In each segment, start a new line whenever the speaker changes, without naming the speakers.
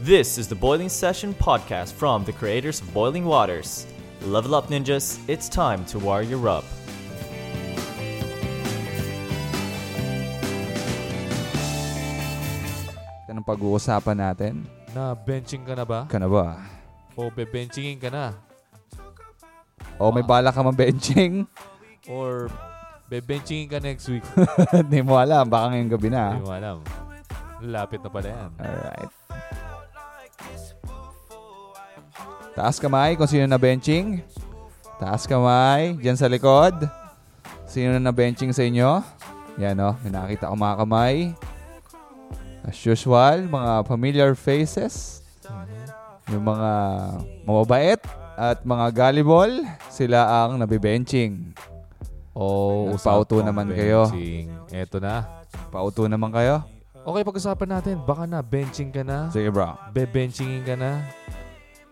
This is the Boiling Session podcast from the creators of Boiling Waters. Level up, ninjas. It's time to warrior up.
Anong pag-uusapan natin?
Na benching ka na ba?
Ka na ba?
O bebenchingin ka na?
O Oh, may bala ka mang benching?
Or bebenchingin ka next week?
Hindi mo alam. Baka ngayong gabi na.
Hindi mo alam. Lapit na pala yan.
Alright. Taas kamay kung sino na benching. Taas kamay. Diyan sa likod. Sino na benching sa inyo? Yan o. May nakita ko mga kamay. As usual, mga familiar faces. Yung mga mababait at mga gullible, sila ang nabibenching.
Oh,
Nagpauto naman kayo.
Eto na.
Pauto naman kayo.
Okay, pag-usapan natin. Baka na benching ka na?
Sige bro.
Bebenchingin ka na?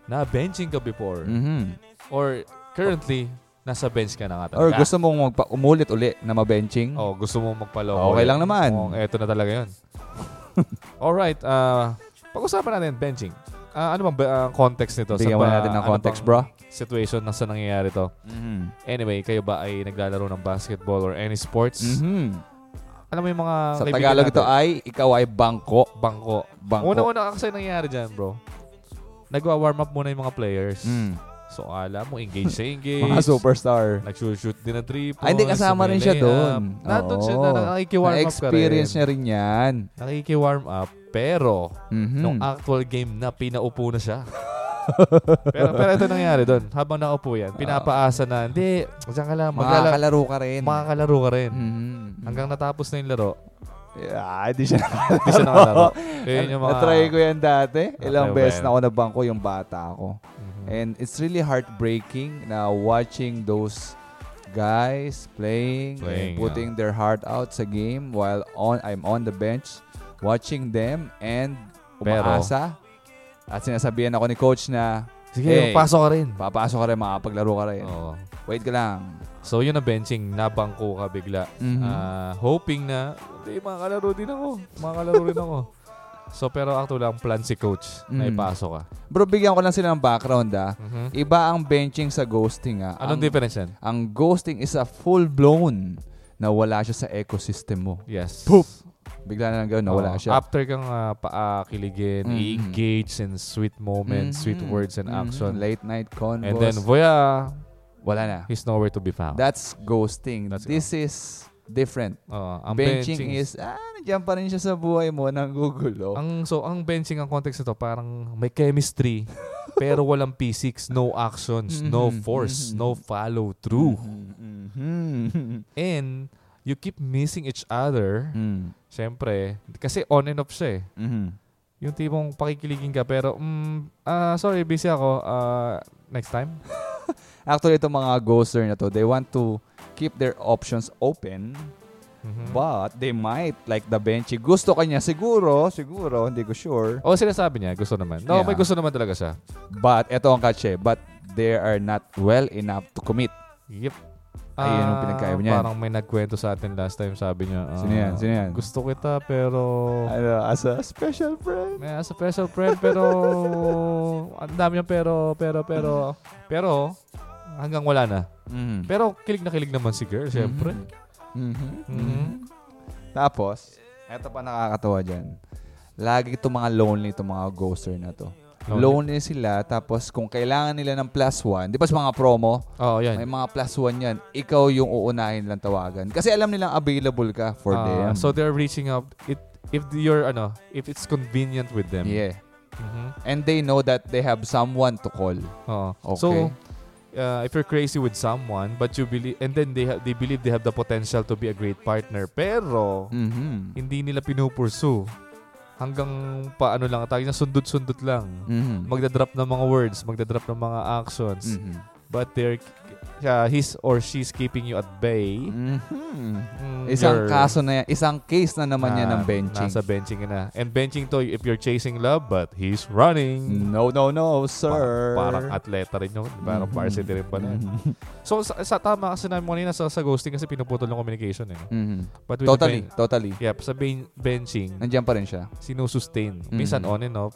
Na benching ka before?
Mhm.
Or currently, nasa bench ka na nga
Or
talaga?
gusto mong magpa- umulit uli na mabenching?
Oh, gusto mo magpaloko.
Okay lang naman.
Oh, eto na talaga yun. Alright, ah, pag-usapan natin benching. Ah, ano bang ba- ah, context nito?
Bigyan mo
ba-
natin ng
ano Mm-hmm.
context,
bang
bro.
Situation na sa nangyayari to.
Mhm.
Anyway, kayo ba ay naglalaro ng basketball or any sports?
Mhm.
Alam mo yung mga
Sa
Ah, kaibigan
Tagalog
natin,
ito ay, ikaw ay bangko.
bangko.
Bangko.
Una-una kasi nangyayari dyan, bro. Nagwa-warm up muna yung mga players.
Mm.
So, alam mo, engage sa engage.
Mga superstar.
Nagsushoot din ng three points.
Ay, hindi kasama rin siya
may layup.
doon.
Nandun siya
Oo.
na nakikiwarm up ka rin.
Na-experience niya rin yan.
Nakikiwarm up. Pero,
Mhm.
nung actual game na pinaupo na siya. pero pero ito nangyari doon. Habang nakaupo yan, pinapaasa na, hindi, diyan ka lang, maglala-
Makakalaro ka rin.
makakalaro ka rin.
Mhm.
Hanggang natapos na yung laro,
Yeah, di siya
hindi siya nakalaro. Yun yung mga...
Na-try ko yan dati. Ilang
Okay,
beses
well.
na ako nabangko yung bata ko.
Mhm.
And it's really heartbreaking na watching those guys playing,
Playing,
and putting their heart out sa game while on I'm on the bench watching them and
Pero-
umaasa. At sinasabihan ako ni coach na
Sige,
Hey.
pasok ka rin.
papasok ka rin, makapaglaro ka rin.
Oo.
Wait ka lang.
So yun na benching, nabangko ka bigla.
Mhm.
Ah, hoping na, hindi, makakalaro din ako. Makakalaro rin ako. So pero actual lang plan si coach na
Mm.
ipasok ka.
Bro, bigyan ko lang sila ng background ah.
Mhm.
Iba ang benching sa ghosting ah.
Anong
ang,
difference yan?
ang ghosting is a full-blown na wala siya sa ecosystem mo.
Yes.
Poop! Bigla na lang gawin, nawala
Oo.
siya.
After kang Oh. ah, paakiligin,
Mm.
i-engage in sweet moments, sweet
Mhm.
words and
Mhm.
action.
Late night convos.
And then, voya,
wala na.
he's nowhere to be found.
That's ghosting.
That's
This is different.
Oo, ang
benching, is, ah, nandiyan pa rin siya sa buhay mo, nanggugulo.
Ang, so, ang benching, ang context nito, parang may chemistry, pero walang physics, no actions, no
Mhm. Mhm.
force, no follow through.
Mhm.
And you keep missing each other.
Mhm.
Siyempre, kasi on and off siya eh.
Mhm.
Yung tipong pakikiligin ka, pero, mm, ah, sorry, busy ako. Ah, next time?
Actually, itong mga ghoster na to, they want to keep their options open,
Mhm.
but they might, like the benchy, gusto kanya siguro, siguro, hindi ko sure,
O sinasabi niya, gusto naman. No,
Yeah.
may gusto naman talaga siya.
but eto ang katse, but they are not well enough to commit.
Yep.
Ayun ang
Ah,
pinagkaiba niyan.
Parang may nagkwento sa atin last time, sabi niya. ah,
Sino yan? Sino yan?
Gusto kita pero...
Ano, as a special friend.
May as a special friend pero... ang dami niya pero, pero, pero... Pero, hanggang wala na.
Mhm.
Pero kilig na kilig naman si girl, syempre.
Mhm.
Mhm.
Tapos, eto pa nakakatawa dyan. Lagi itong mga lonely, itong mga ghoster na to. Lonely sila, tapos kung kailangan nila ng plus one, di ba sa mga promo,
Oo, yan.
may mga plus one yan, ikaw yung uunahin lang tawagan. Kasi alam nilang available ka for
Ah,
them.
So they're reaching out. It, if you're, ano, if it's convenient with them.
yeah.
Mhm.
And they know that they have someone to call.
Oo.
Okay.
Oh. So, uh, if you're crazy with someone, but you believe, and then they ha- they believe they have the potential to be a great partner, pero
Mhm.
hindi nila pinupursue. Hanggang paano lang, tawag na sundot-sundot lang.
Mhm.
Magdadrop ng mga words, magdadrop ng mga actions,
Mhm.
but they're, uh, he's or she's keeping you at bay.
Mhm.
Mm,
Isang
you're-
kaso na yan, isang case na naman yan
na-
ng benching.
Ah, Nasa benching ka na. And benching to, if you're chasing love, but he's running.
No, no, no, sir.
Parang, parang atleta rin yun. Parang
Mhm.
varsity rin pa na yun.
Mhm.
So, sa, sa tama kasi namin mo kanina sa, sa ghosting kasi pinuputol ng communication eh.
Mhm.
But with
Totally, Mm.
Ben,
totally.
yep, sa ben- benching,
Nandiyan pa rin siya.
sinusustain. Minsan
Mhm.
on and off.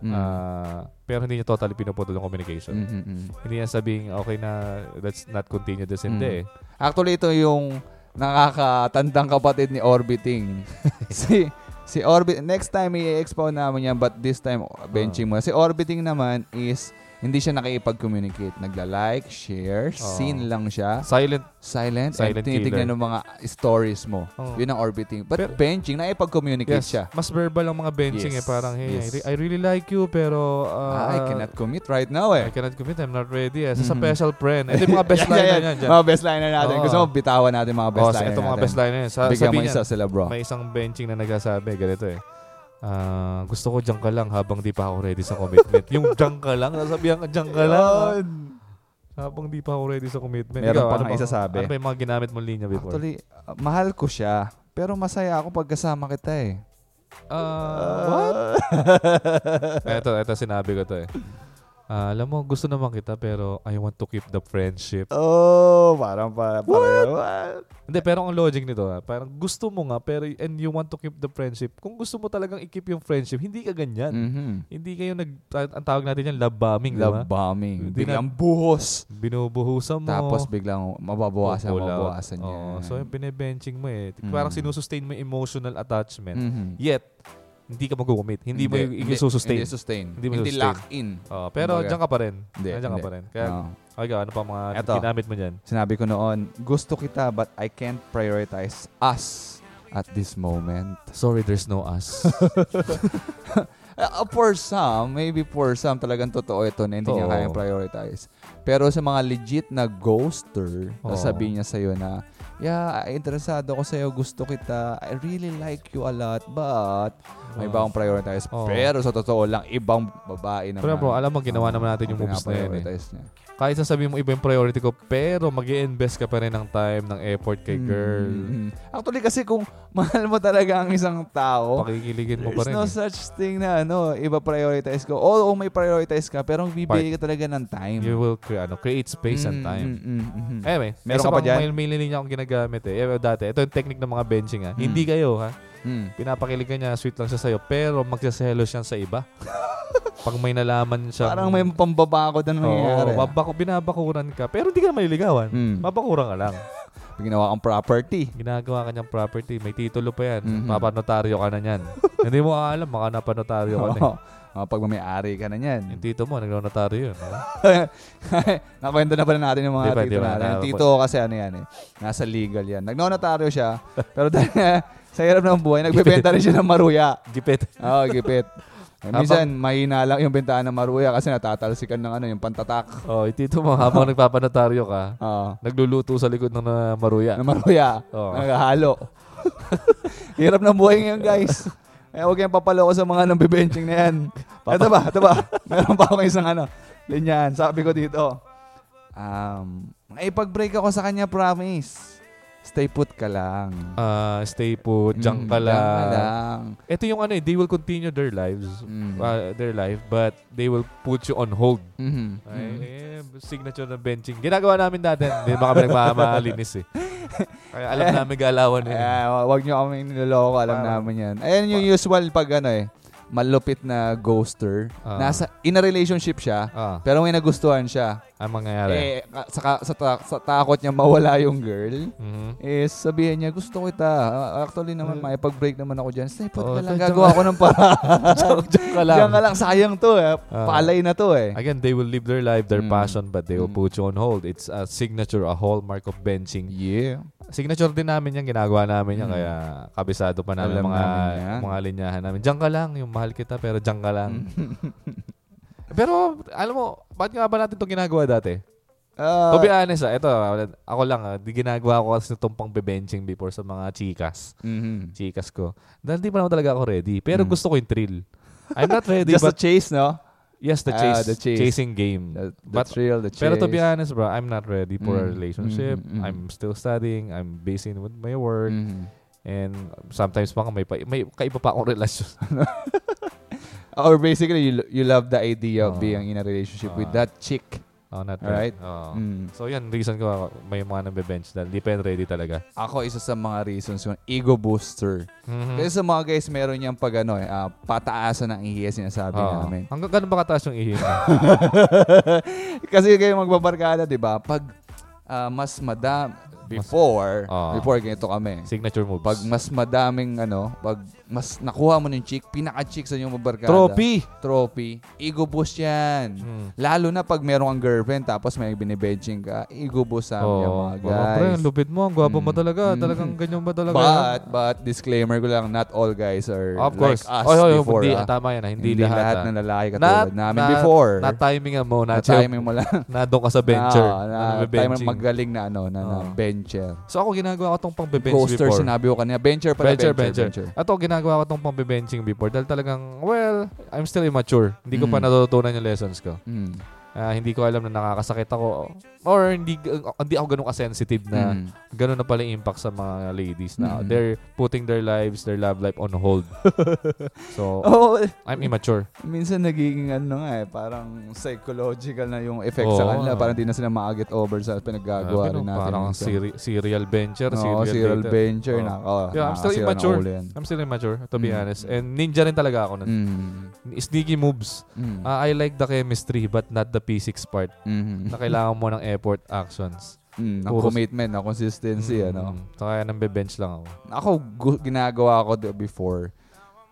Mm.
Ah, pero hindi niya totally pinuputol yung communication.
Mm, mm, mm.
Hindi niya sabing, okay na, let's not continue this.
Mm.
Hindi eh.
Actually, ito yung nakakatandang kapatid ni Orbiting. si si Orbit next time i-expound namin yan but this time
Ah.
benching mo. Si Orbiting naman is hindi siya nakikipag-communicate. Nagla-like, share, scene lang siya.
Silent.
Silent,
Ah.
and
Silent
tinitignan
killer.
ng mga stories mo.
Oo.
Yun ang orbiting. But
Pero-
benching, nakipag-communicate
Oh. Yes,
siya.
mas verbal ang mga benching
Yes.
eh. Parang, hey,
Yes.
I really like you, pero... ah,
Ah, I cannot commit right now eh.
I cannot commit. I'm not ready. As
Mhm.
a special friend. Ito yung mga best
Yan,
line
yan,
na yan.
yan.
dyan.
Mga best liner natin.
Oo.
Gusto mo bitawan natin mga best
Oh,
liner
ito mga
natin.
best line na yan. Sa,
Bigyan mo
sabi niya,
isa sila bro.
may isang benching na nagsasabi, ganito eh. Ah, gusto ko dyan ka lang habang di pa ako ready sa commitment. yung dyan ka lang, nasabihan ka dyan ka lang. ah,
Yun.
habang di pa ako ready sa commitment.
Meron pa
ano
nga isasabi.
Ano pa yung mga ginamit mong linya before?
Actually, uh, mahal ko siya. Pero masaya ako pag kasama kita eh.
Ah, what? Ito, ito Ah, sinabi ko to eh. Ah, alam mo, gusto naman kita pero I want to keep the friendship.
oh, parang pa, parang, what?
Hindi, pero ang logic nito ha, parang gusto mo nga pero and you want to keep the friendship. Kung gusto mo talagang i-keep yung friendship, hindi ka ganyan.
Mhm.
Hindi kayo nag, ta- ang tawag natin yan, love bombing, di ba?
Love bombing.
Hindi na-
Biglang buhos.
Binubuhusan mo.
Tapos biglang mababawasan,
Pull out.
mababawasan niya.
Oo, so yung binibenching mo eh.
Mm.
Parang sinusustain mo yung emotional attachment.
Mhm.
Yet, hindi ka mag-commit. Hindi, mo yung isusustain.
Hindi sustain.
Hindi mo
Hindi
sustain.
lock in.
Oo, pero
Kumbaga.
diyan ka pa rin.
Hindi,
Diyan ka
hindi.
pa rin. Kaya,
Oo.
okay, ano pa mga
Eto.
ginamit mo dyan?
Sinabi ko noon, gusto kita but I can't prioritize us at this moment.
Sorry, there's no us.
Uh, for some, maybe for some talagang totoo ito na hindi niya
Oo.
kayang prioritize. Pero sa mga legit na ghoster,
Oo.
sasabihin niya sa'yo na, yeah, interesado ko sa'yo, gusto kita, I really like you a lot, but may ibang prioritize.
Oo.
Pero sa totoo lang, ibang babae naman.
pero bro, alam mo, ginawa naman natin
ang
yung moves na yan eh.
pinaprioritize niya.
Kahit sasabihin mo iba yung priority ko, pero mag invest ka pa rin ng time, ng effort kay girl.
Mm. Actually kasi kung mahal mo talaga ang isang tao,
Pakikiligin mo
there's
pa rin.
no
eh.
such thing na ano, iba prioritize ko. Oo, may prioritize ka, pero bibigay ka talaga ng time.
You will cre- ano, create space
Mm,
and time.
mm, mm, mm, mm.
Anyway,
Meron
meron
ka
ka
pa dyan?
May mail niya akong ginagamit eh. Eh, dati, ito yung technique ng mga benching ha.
Hmm.
Hindi kayo ha.
Mm.
Pinapakiligan niya, sweet lang siya sa'yo, pero magsaselos siya sa iba. Pag may nalaman siya.
Parang may pambabakod na nangyayari.
Oo, babako, binabakuran ka. Pero hindi ka na maliligawan.
Hmm.
Babakuran ka lang.
Pag ginawa kang property.
Ginagawa ka niyang property. May titulo pa yan.
Mhm.
Papanotaryo ka na niyan. hindi mo alam, baka napanotaryo ka na. eh.
Oo. Mga pag may-ari ka na yan.
Yung tito mo, nagnotaryo yun. eh. ha?
Nakwento na pala natin yung mga
Di ba,
tito
di ba?
natin. Yung
Nakapag-
tito ko kasi ano yan eh. Nasa legal yan. Nagnonotaryo siya. pero dahil nga, sa hirap ng buhay, nagbebenta rin siya ng maruya.
Gipit.
Oo, Ah, gipit. Eh,
Habang-
minsan, mahina lang yung bentahan ng maruya kasi natatalsikan ng ano, yung pantatak.
Oh, yung tito mo, habang nagpapanotaryo ka,
Oo.
nagluluto sa likod ng ah, maruya. Oh.
na maruya.
Oo.
na Naghahalo. Hirap ng buhay ngayon, guys. Eh, huwag kayong papaloko sa mga nang bibenching na yan. Ito ba? Ito ba? Meron pa ako isang ano. Linyan. Sabi ko dito. Um, ipag-break ako sa kanya, promise. Stay put ka lang.
Ah, stay put,
Mm,
junk ka
diyan ka
lang.
lang.
Ito yung ano eh, they will continue their lives,
Mm.
uh, their life, but they will put you on hold.
Mhm.
Ay, eh, signature ng benching. Ginagawa namin dati. Hindi baka nagmamalinis eh. Kaya alam namin galawan eh.
Eh, wa- wag nyo kami niloloko, alam
Parang-
namin yan. Ayan yung usual pag ano eh, malupit na ghoster.
Ah.
Nasa, in a relationship siya,
Ah,
pero may nagustuhan siya.
ang
Eh,
mangyayari.
ka- sa, ka- sa, ta- sa takot niya mawala yung girl,
Mhm.
eh, sabihin niya, gusto ko ita. Ah, Actually naman, may pag-break naman ako dyan. Stay put
Oo,
ka lang.
so,
Gagawa
Hmm. Oh, diyan-
ko ng paraan.
Diyan ka lang.
Diyan ka lang. Sayang to eh.
Ah.
Palay na to eh.
Again, they will live their life, their
Mm.
passion, but they will
Mm.
put you on hold. It's a signature, a hallmark of benching.
Yeah.
Signature din namin yan, ginagawa namin yan,
Mm.
kaya kabisado pa namin
Alam
mga,
namin yan. Mm.
mga linyahan namin. Diyan ka lang, yung mahal kita, pero diyan ka lang.
Mm-hmm.
pero, alam mo, bakit nga ba natin itong ginagawa dati?
Ah,
to be honest, ah, ito, ako lang, ah, di ginagawa ko kasi itong pang benching before sa mga chikas.
mhm.
Chikas ko. Dahil di pa naman talaga ako ready.
Mm.
Pero gusto ko yung thrill. I'm not ready,
Just
but
the chase, no?
yes, the
Ah,
chase,
the chase.
chasing game.
The, the
But-
thrill, the chase.
Pero ah, to be honest, bro, I'm not ready for a
Mm,
relationship.
mm, mm.
I'm still studying. I'm busy with my work.
Mhm.
And sometimes pa nga may, pa, may kaiba pa akong relasyon.
Or basically, you, you love the idea of
Ah.
being in a relationship with
Ah.
that chick.
Oh, not
Alright?
bad. Oo.
Mm.
So yan, reason ko ako, may mga nabe-bench dahil di pa yan ready talaga.
Ako, isa sa mga reasons yun, ego booster.
Hmm. Mm-hmm.
Kasi sa mga guys, meron niyang pag ano, eh, ah, pataasan ng ihis, sinasabi
Oo.
namin.
Hanggang ganun ba kataas yung ihi?
Kasi kayo magbabarkada, di ba? Pag ah, mas madam before,
Oo.
before ganito kami.
Signature moves.
Pag mas madaming ano, pag mas nakuha mo ng chick, pinaka-chick sa inyong mabarkada.
Trophy!
Trophy. Ego boost yan.
Mm.
Lalo na pag meron kang girlfriend tapos may binibenching ka, ego boost sa amin yung
Oo.
mga
Baka, pre,
guys.
ang lupit mo. Ang gwapo mo
Mm.
talaga.
Mm.
Talagang ganyan ba talaga?
But, but, disclaimer ko lang, not all guys are
of course.
like us
Oy, oy,
before.
Hindi,
ah.
tama yan. ah. Hindi,
Hindi, lahat,
ah.
na lalaki
Not-
katulad namin
not-
before.
Na timingan mo. Na,
timing mo lang.
Na doon ka sa bencher.
Oo, Ah, na,
Ano,
tayo
benching.
magaling na ano, na, na
Oo.
bencher.
So ako ginagawa ko tong pang-bench
Coaster
before.
sinabi ko kanina. Bencher pala,
Bencher,
bencher,
bencher. Ato, ginagawa ko tong pang-benching before dahil talagang, well, I'm still immature. Hindi ko pa
Mm.
natutunan yung lessons ko.
Mm.
Ah, hindi ko alam na nakakasakit ako or hindi hindi ako ganun ka-sensitive na
Mm.
ganun na pala yung impact sa mga ladies na
Mm.
they're putting their lives, their love life on hold. so,
Oo,
I'm immature.
minsan nagiging ano nga eh, parang psychological na yung effect sa
Oo,
kanila.
ah.
Parang di na sila makaget over sa pinaggagawa
Sabi
rin
nung
natin.
Parang
minsan.
seri- serial bencher,
Oo,
serial,
serial
dater.
venture.
Oo.
na, oh,
Yeah, I'm
nakakasira
still
ng
immature.
ulo yan.
I'm still immature, to be
Mm.
honest. And ninja rin talaga ako nun.
Mm.
Sneaky moves.
Mm.
Ah, I like the chemistry but not the physics part.
Mhm.
na kailangan mo ng effort actions.
Mm, ng
Puro- Mm.
commitment, ng consistency, ano.
So, kaya nang bench lang ako.
Ako, gu- ginagawa ko d- before.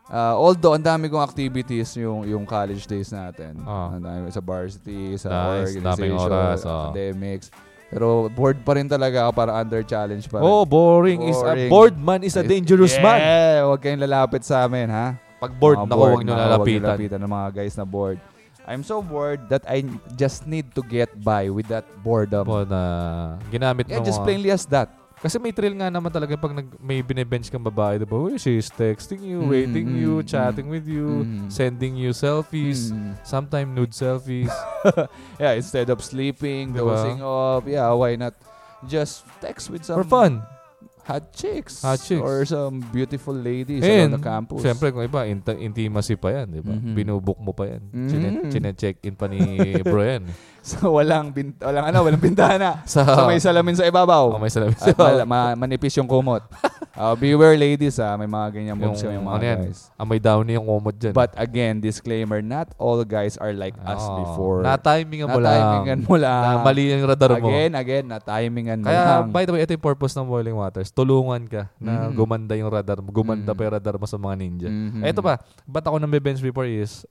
Ah, although, ang dami kong activities yung yung college days natin.
Ah.
Ang dami sa varsity, sa
Nice, daming
organization,
oras, ah.
academics. Pero bored pa rin talaga ako para under challenge pa rin.
Oh, boring, is a
Boring.
bored man is a dangerous man.
Yeah, huwag kayong lalapit sa amin, ha?
Pag bored,
Mga
naku,
bored,
huwag nyo
naku,
lalapitan.
lalapitan ng mga guys na bored. I'm so bored that I just need to get by with that boredom.
Po na ginamit
Yeah,
mo.
just
ah.
plainly as that.
Kasi may thrill nga naman talaga pag nag, may bine-bench kang babae, diba? Uy, she's texting you,
Mm,
waiting
mm,
you,
mm.
chatting with you,
Mm.
sending you selfies,
Mm.
sometimes nude selfies.
Yeah, instead of sleeping,
Diba?
dozing off, yeah, why not just text with some
For fun.
hot chicks.
Hot chicks.
Or some beautiful ladies
And,
around the campus.
siyempre, kung iba, int- intimacy pa yan, diba?
Mhm.
Binubuk mo pa yan.
Mhm.
Chine- Chine-check in pa ni bro yan.
So, walang, bin- walang, ano, walang bintana.
Sa,
so, may salamin sa ibabaw.
Oh, may salamin
At
sa-
mal- ma- manipis yung kumot. Uh, beware ladies, ah, may mga ganyan moves yung, yung mga
ano yan,
guys.
Amoy down yung kumot dyan.
Ah. But again, disclaimer, not all guys are like us
Oo.
before.
Na-timingan Ah. mo lang.
Na-timingan mo lang.
Na mali yung radar mo.
Again, again, na-timingan mo
Kaya,
lang.
by the way, ito yung purpose ng Boiling Waters. Tulungan ka na
Mm.
gumanda yung radar mo.
Mm.
Gumanda pa yung radar mo sa mga ninja.
Mhm.
Eh, Ito pa, ba't ako nabibench before is,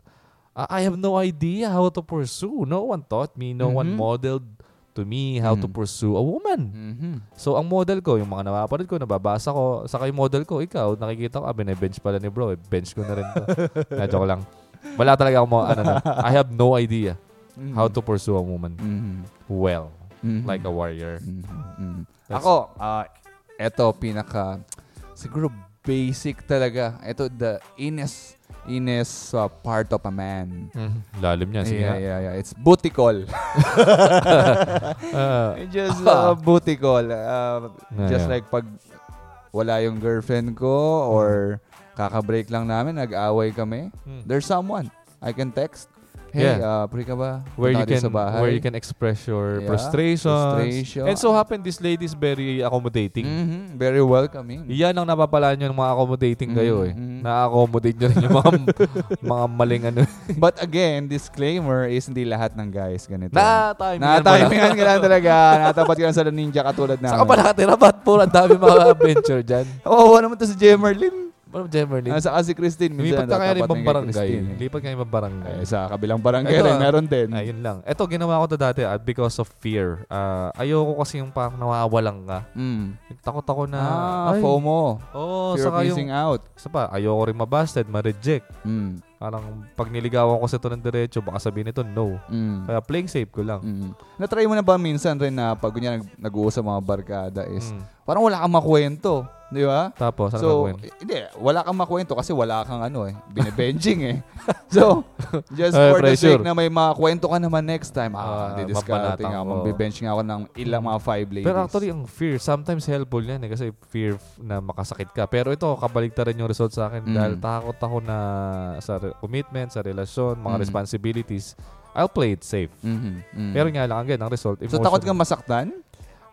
uh, I have no idea how to pursue. No one taught me. No one
Mhm.
modeled to me how to
Mm.
pursue a woman.
Mhm.
So, ang model ko, yung mga napapanood ko, nababasa ko, saka yung model ko, ikaw, nakikita ko, ah, bine-bench pala ni bro. Eh, bench ko na rin to. Na, joke lang. Wala talaga ako, mga- ano, na, I have no idea
Mhm.
how to pursue a woman
Mhm.
well,
Mhm.
like a warrior.
Mhm. Mhm.
That's-
Ako, ah, eto pinaka siguro basic talaga. Ito the ines ines uh, part of a man.
Lalim niya, sige
Mm-hmm. yeah,
nga.
yeah, yeah. It's booty call.
Ah,
just uh, booty call. Uh,
Yeah,
just
yeah.
like pag wala yung girlfriend ko or kaka-break lang namin, nag-away kami.
mm.
There's someone I can text. Hey,
Yeah.
uh, free ka ba?
where you
Punta tayo sa
can
bahay.
where you can express your
Yeah,
frustrations.
frustration.
And so happen this lady is very accommodating.
Mhm, Very welcoming.
Iyan ang napapalaan nyo ng mga accommodating kayo eh.
Mhm, mhm.
Na-accommodate nyo rin yung mga, mga maling ano.
But again, disclaimer is hindi lahat ng guys ganito.
Na-timing.
Na-timingan ka lang talaga. Natapat ka lang sa ninja katulad namin.
Saka pa nakatira ba't po ang dami mga adventure dyan?
Oo, oh, naman to si Jemerlin.
Ano, Jemerlin?
Ah, saka si Christine. Minsan
Lumipat ka kaya
natapat
ng ibang
na kay
barangay.
Christine, eh.
Lipat ka ng ibang barangay.
Ay, sa kabilang barangay
Ito, ah,
rin, meron din.
Ayun lang. Ito, ginawa ko to dati ah, because of fear. Ah, ayoko kasi yung parang nawawalan ka.
Mm.
Takot ako na...
Ah,
ay,
FOMO.
Oo,
Fear of
saka
missing
yung...
out.
Isa pa, ayoko rin mabasted, ma-reject.
Mm.
Parang pag niligawan ko sa ito ng diretso, baka sabihin nito, no.
Mm.
Kaya playing safe ko lang.
Mm. Natry mo na ba minsan rin na pag ganyan nag- nag-uusap mga barkada is
Mm.
parang wala kang makwento. Di ba?
Tapos, ano
so,
gagawin?
hindi, wala kang makwento kasi wala kang ano eh, binibenching eh. So, just
Ay,
for the sake
pressure.
na may makwento ka naman next time, ah,
Ah,
didiscarding
mapanatang
ako,
ko.
magbibenching ako ng ilang mga five ladies.
Pero actually, ang fear, sometimes helpful yan eh, kasi fear f- na makasakit ka. Pero ito, kabaligtaran yung result sa akin
Mm.
dahil takot ako na sa re- commitment, sa relasyon, mga
Mm.
responsibilities, I'll play it safe.
Mhm, mm.
Pero nga lang, again, ang result,
so takot kang
emotional.
masaktan?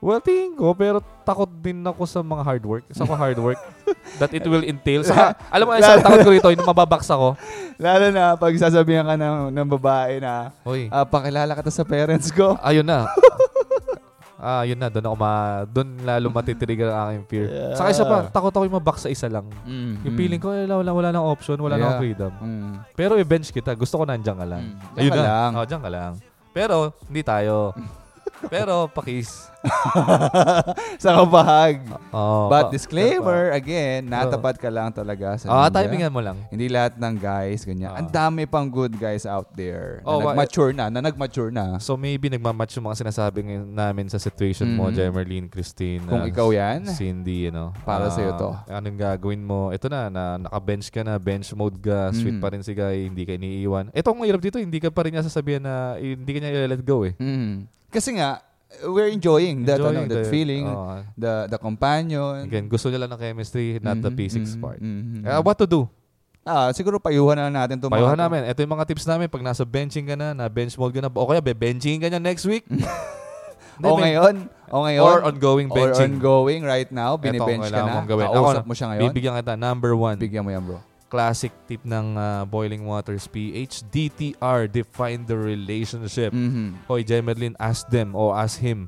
Well, tingin ko, pero takot din ako sa mga hard work. Sa mga hard work that it will entail. Saka, alam mo, isang takot ko rito, yung mababaks ako.
Lalo na pag sasabihan ka ng, ng babae na,
Uy,
ah, pakilala ka to sa parents ko.
ayun na. Ah, yun na. Doon ako ma... Doon lalo matitrigger ang aking fear.
Yeah.
Saka isa pa, takot ako yung mabaks sa isa lang.
Mm,
Yung
mm.
feeling ko, eh, wala, wala, wala nang option, wala
Yeah.
nang freedom.
Mm.
Pero i-bench kita. Gusto ko nandiyan ka lang.
Mm. Diyan ka lang.
Oh, diyan ka lang. Pero, hindi tayo. Pero, pakis.
sa kabahag.
Oh,
But
pa-
disclaimer, again, natapat ka lang talaga sa
Ah,
ninja.
timingan mo lang.
Hindi lahat ng guys, ganyan.
Ah.
Ang dami pang good guys out there na
Oh, wa-
nag-mature na, na nag-mature na.
So maybe nagmamatch yung mga sinasabi ngayon namin sa situation mo,
Mhm.
Jemerlyn, Christine.
Kung
uh,
ikaw yan,
Cindy, you know.
Para
Ah,
sa'yo to.
Anong gagawin mo? Ito na, na naka-bench ka na, bench mode ka,
Mhm.
sweet pa rin si Guy, hindi ka iniiwan. Ito ang mahirap dito, hindi ka pa rin niya sasabihan na eh, hindi ka niya let go eh.
Mm. kasi nga, we're enjoying that, ano,
Enjoying
that
the-
feeling,
oo.
the the companion.
again, gusto nila ng chemistry, not the
Mhm,
physics
mhm,
part.
mhm.
Ah, what to do?
Ah, siguro payuhan na natin itong
Payuhan namin. Ito yung mga tips namin. Pag nasa benching ka na, na bench mode ka na, o kaya be-benching ka na next week. Hindi,
O
ben-
ngayon, o ngayon,
Or ongoing
or
benching.
ongoing right now,
Ito ang
binibench ka
kailangan
na,
mong gawin. Ako
kausap
na-
mo siya ngayon,
Bibigyan kita. Number one.
bigyan mo yan bro.
classic tip ng ah, Boiling Waters PH. DTR. Define the relationship.
Mhm.
Hoy, Jemerlin, ask them o ask him.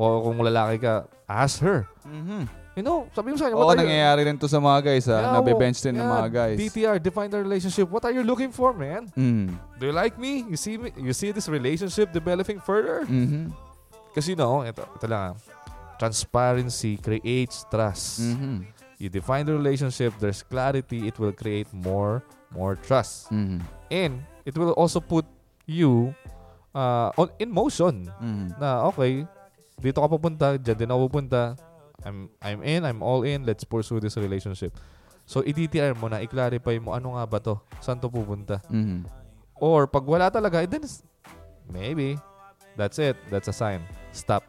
O kung lalaki ka, ask her.
Mhm.
You know, sabi mo sa kanya,
Oo,
what are you-
nangyayari rin to sa mga guys ha.
Yeah,
Nabe-bench
oh,
din ng
yeah,
mga guys.
DTR, define the relationship. What are you looking for, man?
Mm.
Do you like me? You see me? You see this relationship developing further?
Mhm.
Kasi you know, ito, ito lang. ah. Transparency creates trust.
Mhm.
You define the relationship, there's clarity, it will create more more trust.
Mhm.
And it will also put you uh, on in motion
Mhm.
na okay, dito ka pupunta, dyan din ako pupunta. I'm, I'm in, I'm all in, let's pursue this relationship. So, i-DTR mo na, i-clarify mo, ano nga ba to? Saan to pupunta?
Mhm.
Or, pag wala talaga, eh, then, s- maybe, that's it. That's a sign. Stop.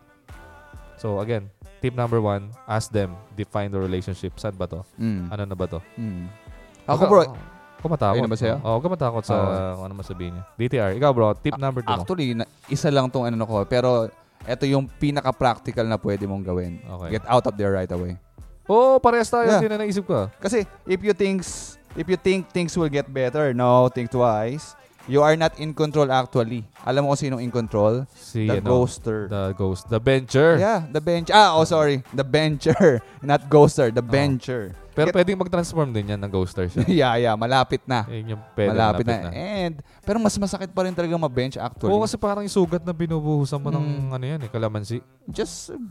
So, again, tip number one, ask them, define the relationship. Saan ba to?
Mm.
Ano na ba to?
Mm. Ako
Huwag ka-
bro,
Huwag ka matakot.
Ayun na ba sa'yo?
Oo, huwag ka matakot sa
Oo.
kung ano masabihin niya. DTR, ikaw bro, tip number two. mo.
actually, na- isa lang tong ano ko. Pero, ito yung pinaka-practical na pwede mong gawin.
Okay.
Get out of there right away.
Oo, oh, parehas tayo.
Yeah.
Hindi na naisip ko.
Kasi, if you thinks, if you think things will get better, no, think twice. You are not in control actually. Alam mo kung sinong in control?
Si,
The
ano,
ghoster.
The ghost. The venture.
Yeah, the bench. Ah, oh sorry. The bencher. Not ghoster,
Oh.
the bencher.
Pero
Get-
pwedeng mag-transform din yan ng ghoster siya.
yeah, yeah, malapit na.
Yun yung Eh, pwede.
malapit, na. And, pero mas masakit pa rin talaga ma-bench actually.
Oo, kasi parang yung sugat na binubuhusan mo ng
Mm.
ano yan, eh, kalamansi.
Just uh,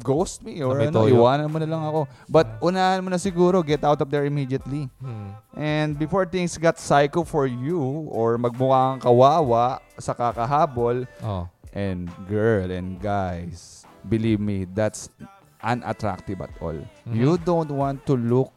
ghost me or
Na may
ano,
toyo.
iwanan mo na lang ako. But unahan mo na siguro, get out of there immediately.
Hmm.
And before things got psycho for you or magmukha kang kawawa sa kakahabol,
Oo.
and girl and guys, believe me, that's unattractive at all.
Mhm.
You don't want to look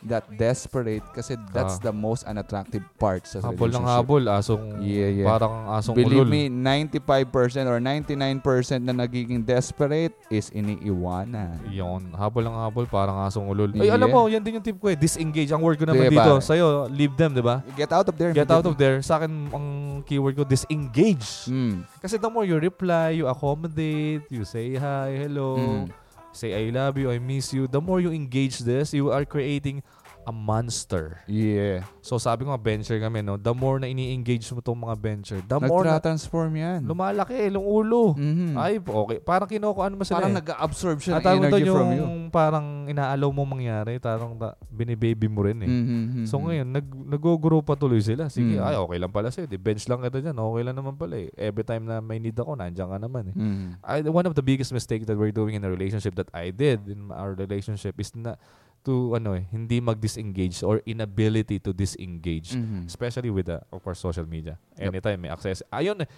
that desperate kasi that's the
Ah.
most unattractive part sa
Habol
relationship.
ng habol. Asong,
Yeah, yeah.
parang asong
Believe
ulol.
me, 95% or 99% na nagiging desperate is iniiwanan.
Yun. Habol ng habol, parang asong ulol. Ay,
Yeah.
alam mo, yan din yung tip ko eh. Disengage. Ang word ko naman
Diba?
dito. Sa'yo, leave them, di ba?
Get out of there.
Get out of there. Sa akin, ang keyword ko, disengage.
Mm.
Kasi the more you reply, you accommodate, you say hi, hello,
Mm.
say I love you, I miss you, the more you engage this, you are creating a monster.
Yeah.
So sabi ko nga, venture kami, no? The more na ini-engage mo tong mga venture, the more na,
Nagtra-transform yan.
lumalaki, yung ulo.
Mhm.
Ay, okay. Parang kinukuhaan mo sila
Parang
eh.
nag-absorb siya ng
At tawag
energy
doon
from you.
yung parang inaalaw mo mangyari, tarang ta- binibaby mo rin eh.
Mhm,
So
mhm.
ngayon, nag, nag-grow pa tuloy sila. Sige,
Mm.
ay okay lang pala sa'yo. Bench lang kita dyan. Okay lang naman pala eh. Every time na may need ako, nandiyan ka naman eh.
Mhm.
I, one of the biggest mistake that we're doing in a relationship that I did in our relationship is na to ano eh, hindi mag-disengage or inability to disengage.
Mhm.
Especially with, uh, of course, social media. Anytime may access. Ayun, eh.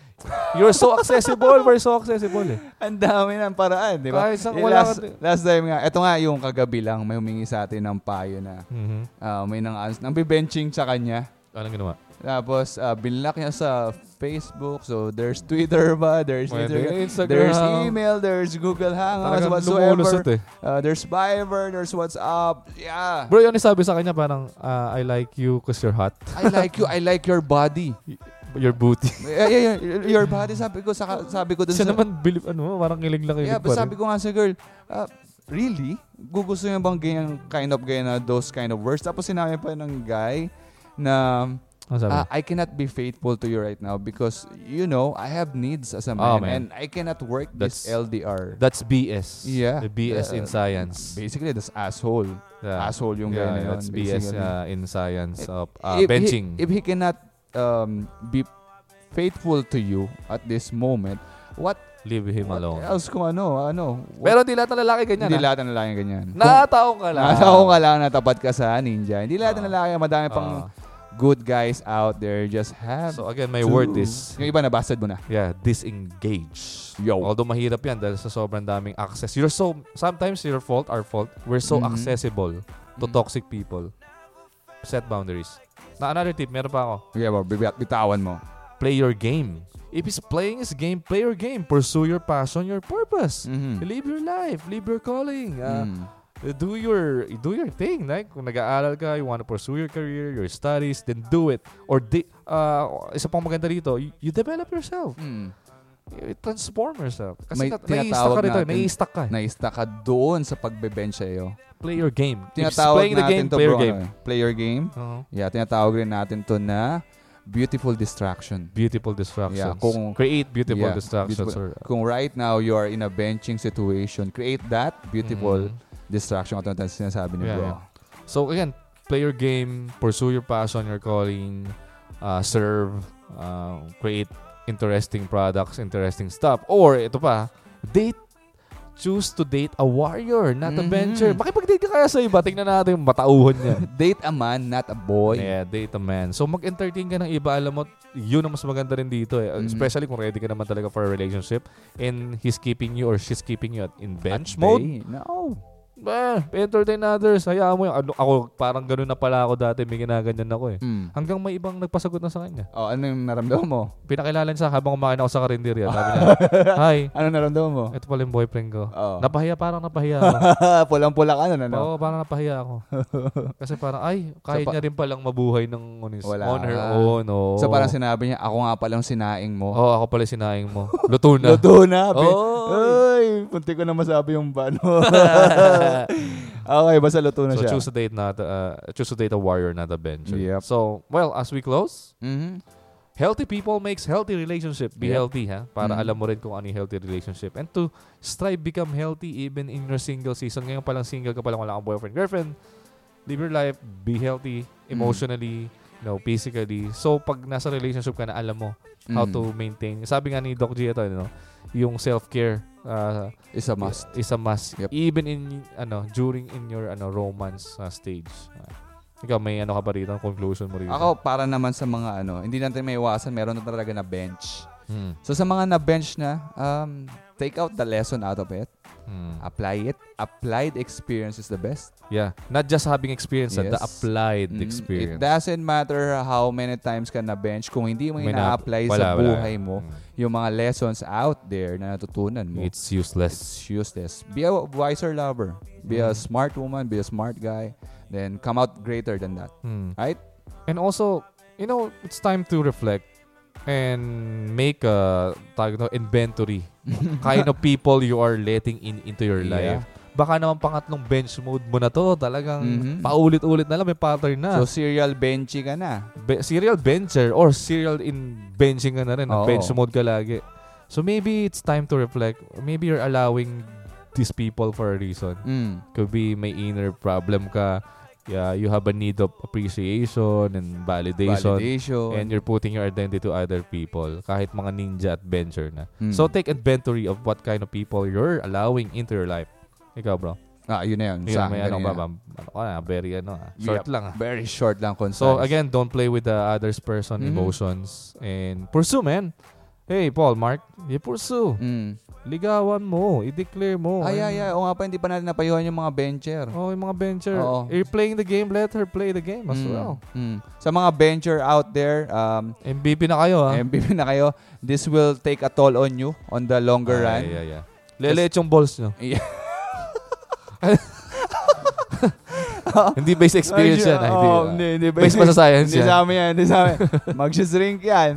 you're so accessible. We're so accessible eh.
Ang dami ng paraan, di ba?
Kahit saan
Yung eh,
wala
last,
ka-
last time nga, eto nga yung kagabi lang, may humingi sa atin ng payo na
Mhm.
ah, may nang ans nang bibenching sa kanya.
Anong ginawa?
Tapos, ah, binlock niya sa Facebook. So, there's Twitter ba? There's Twitter. There's email. There's Google Hangouts.
Talagang
Whatsoever.
lumulusot eh.
Ah, there's Viber. There's WhatsApp. Yeah.
Bro, yun yung sabi sa kanya parang, ah, I like you cause you're hot.
I like you. I like your body.
Your booty.
yeah, yeah, yeah. Your body, sabi ko, saka, sabi ko dun
Siya
sa...
naman, bilib, ano, parang kilig lang kilig
yeah,
pa
but
rin.
sabi ko nga sa girl, ah, really? Gugusto niya bang ganyang kind of gaya na those kind of words? Tapos sinabi pa ng guy na
Ano sabi?
ah, I cannot be faithful to you right now because you know, I have needs as a man,
Oh, man.
and I cannot work
That's-
this LDR.
That's BS.
Yeah.
The BS in
Uh,
science.
Basically, that's asshole.
Yeah.
Asshole yung
Yeah,
guy na yun.
that's BS
basically.
uh, in science of uh,
if,
benching.
He, if he cannot um, be faithful to you at this moment, what
Leave him
What
alone.
else kung ano, ano.
Pero hindi lahat ng lalaki ganyan.
hindi
ha?
lahat ng lalaki ganyan.
Nakataong ka
Kung-
lang.
Nakataon ka lang, natapat ka sa ninja. Hindi lahat ng
Ah.
lalaki, madami
Ah.
pang good guys out there just have
so again, my
to-
word is,
Yung iba, nabasad mo na.
yeah, disengage.
Yo.
Although mahirap yan dahil sa sobrang daming access. You're so, sometimes your fault, our fault, we're so
Mhm.
accessible to
Mhm.
toxic people. Set boundaries. Na another tip, meron pa ako.
Okay, bro, bibi- bitawan mo.
Play your game. If he's playing his game, play your game. Pursue your passion, your purpose.
Mhm.
Live your life. Live your calling. ah.
Mm.
do your do your thing like kung nag-aaral ka you want to pursue your career your studies then do it or di, uh, isa pang maganda dito you, you develop yourself
Mm.
you transform yourself kasi
May
na, nai-stuck ka
tinatawag
rito
natin-
nai-stuck ka eh.
Naista ka doon sa pagbe-bench sa'yo.
play your game If he's
Tinatawag
playing the game
natin to,
play
bro.
your game
ano, play your game.
Oo.
Yeah, tinatawag rin natin to na beautiful distraction.
beautiful
Yeah,
distractions
kung-
create beautiful
Yeah,
distractions
beautiful.
or-
Kung right now you are in a benching situation, create that beautiful
Mhm.
distraction katulad ng sinasabi ni
Yeah,
bro.
yeah. so again play your game pursue your passion your calling uh, serve uh, create interesting products interesting stuff or ito pa date choose to date a warrior not a
Mhm.
bencher makipag-date ka kaya sa iba tingnan natin yung matauhan niya
Date a man, not a boy.
yeah date a man so mag-entertain ka ng iba alam mo yun ang mas maganda rin dito eh.
Mhm.
especially kung ready ka naman talaga for a relationship and he's keeping you or she's keeping you at, in
At
bench mode
day, No.
eh, entertain others hayaan mo yung ano, ako parang ganun na pala ako dati may ginaganyan ako eh
Mm.
Hanggang may ibang nagpasagot na sa kanya.
Oh, ano yung naramdaman mo?
Pinakilala niya sa akin habang kumakain ako sa karinderya. Sabi niya, Hi,
Ano naramdaman mo?
ito pala yung boyfriend ko.
Oh.
Napahiya, parang napahiya ako.
Pulang-pula ka ano, na, no?
Oo, parang napahiya ako. Kasi parang, ay,
So,
kaya
pa-
niya rin palang mabuhay ng on, his,
Wala
on her
ka.
own. Oo.
So parang sinabi niya, ako nga palang sinaing mo.
Oo, ako pala sinaing mo. Luto na.
Luto na. Be.
Oh.
Ay, punti ko na masabi yung bano. okay, basta luto na Ano
so
siya.
choose a date not uh, choose a date a warrior not a bencher.
Yep.
So, well, as we close,
Mhm.
healthy people makes healthy relationship. Be
Yep.
healthy, ha? Para
Mhm.
alam mo rin kung ano yung healthy relationship. And to strive become healthy even in your single season. Ngayon palang single ka palang wala kang boyfriend, girlfriend. Live your life, be healthy
Mm-hmm.
emotionally, you know, physically. So, pag nasa relationship ka na, alam mo how
Mhm.
to maintain. Sabi nga ni Doc G ito, you know, yung self-care uh,
It's a must.
is a must
Yep.
even in ano during in your ano romance uh, stage. Uh, ikaw may ano ka pa rito, conclusion mo rito.
Ako, para naman sa mga ano, hindi natin may iwasan, meron na talaga na bench.
Hmm.
So sa mga na-bench na, um, take out the lesson out of it.
Hmm.
Apply it. Applied experience is the best.
Yeah. Not just having experience, ah, the
Yes.
applied
Mm,
experience.
It doesn't matter how many times ka na-bench. Kung hindi mo
May
ina-apply
wala,
sa
wala.
buhay mo,
Mm.
yung mga lessons out there na natutunan mo,
It's useless.
it's useless. Be a wiser lover. Be a
Mm.
smart woman. Be a smart guy. Then come out greater than that.
Hmm.
Right?
And also, you know, it's time to reflect and make a tawag ito, inventory kind of people you are letting in into your
Yeah.
life. Baka naman pangatlong bench mode mo na to, talagang
Mhm.
paulit-ulit na lang, may pattern na.
So serial benchy ka na.
be- serial bencher or serial in benching ka na rin.
Oo.
Bench mode ka lagi. So maybe it's time to reflect. Maybe you're allowing these people for a reason.
Mm.
Could be may inner problem ka. Yeah, you have a need of appreciation and validation.
Validation.
And you're putting your identity to other people. Kahit mga ninja at bencher na.
Mm.
So take inventory of what kind of people you're allowing into your life. Ikaw bro.
Ah, yun na yun.
Yun,
Sa ah.
may
akin
ano
ganyan
ba
na.
ba? Ano ka na? Very ano ah. Short
Yep.
lang ah.
Very Mm-hmm. short lang concise. Mm-hmm.
So again, don't play with the others person
Mhm.
emotions and pursue man. Hey, Paul, Mark, i-pursue.
Mm.
Ligawan mo. I-declare mo.
ay, ay, ay. O nga pa, hindi pa natin napayuhan yung mga bencher.
Oh, yung mga bencher.
Oo.
You're playing the game. Let her play the game as
Mm,
well.
mm. Sa mga bencher out there, um,
MVP na kayo, ah. ha?
MVP na kayo, this will take a toll on you on the longer run.
Yeah, yeah. Leleet yung balls nyo.
Yeah.
Hindi based experience yan. ah, Hindi,
Oo,
ah.
oh, hindi, hindi.
Based pa sa science
Hindi
yan.
sa amin yan, hindi sa amin. Magsisrink yan.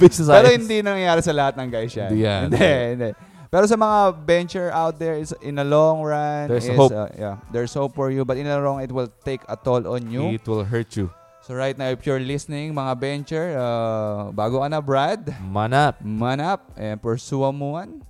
based sa
Pero
science.
hindi nangyayari sa lahat ng guys yan.
Hindi yan.
Hindi, hindi. Pero sa mga venture out there is in the long run
There's
is,
hope.
uh, yeah, there's hope for you but in the long it will take a toll on you.
It will hurt you.
So right now if you're listening mga venture, uh, bago ka na Brad,
Manap.
man up and pursue mo yan.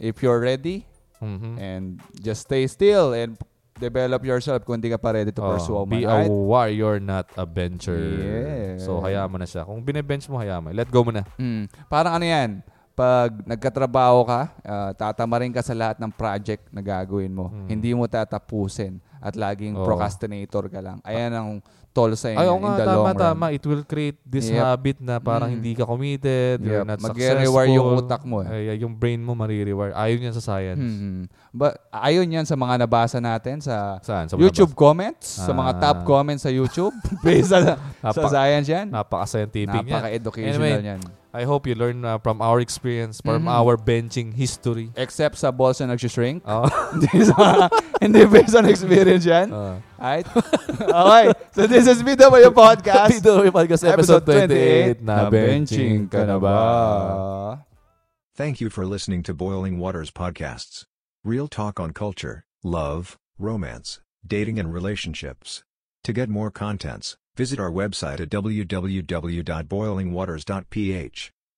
If you're ready
Mhm.
and just stay still and develop yourself kung hindi ka pa ready to
Oh,
pursue man.
be a
Alright?
warrior, not a bencher.
Yeah.
So, hayaan mo na siya. Kung bine-bench mo, hayaan mo. Let go mo na.
Mm. Parang ano yan, pag nagkatrabaho ka, ah, tatama rin ka sa lahat ng project na gagawin mo.
Mm.
Hindi mo tatapusin at laging
Oo.
procrastinator ka lang. Ayan ang toll sa inyo
Ay, oo
in
nga,
the long
tama,
run.
tama. It will create this
Yep.
habit na parang
Mm.
hindi ka committed, you're
Yep.
not
Mag-rewire
successful.
yung utak mo, eh.
Ay, ay, yung brain mo marirewire. Ayun yan sa science.
Mhm. But ayon yan sa mga nabasa natin sa,
Saan? Sa
YouTube comments, sa mga
Ah.
top comments sa YouTube. based sa, sa
Napaka-
science yan.
Napaka-scientific yan.
Napaka-educational
Anyway.
yan.
I hope you learn uh, from our experience, from
Mhm.
our benching history.
Except sa balls na nagsishrink.
Oh.
Hindi sa- hindi based on experience yan.
Uh,
Alright? okay. So this is Bida Mayo Podcast.
Dito yung podcast episode 28 na benching ka na ba?
Thank you for listening to Boiling Waters Podcasts. Real talk on culture, love, romance, dating, and relationships. To get more contents, visit our website at www.boilingwaters.ph.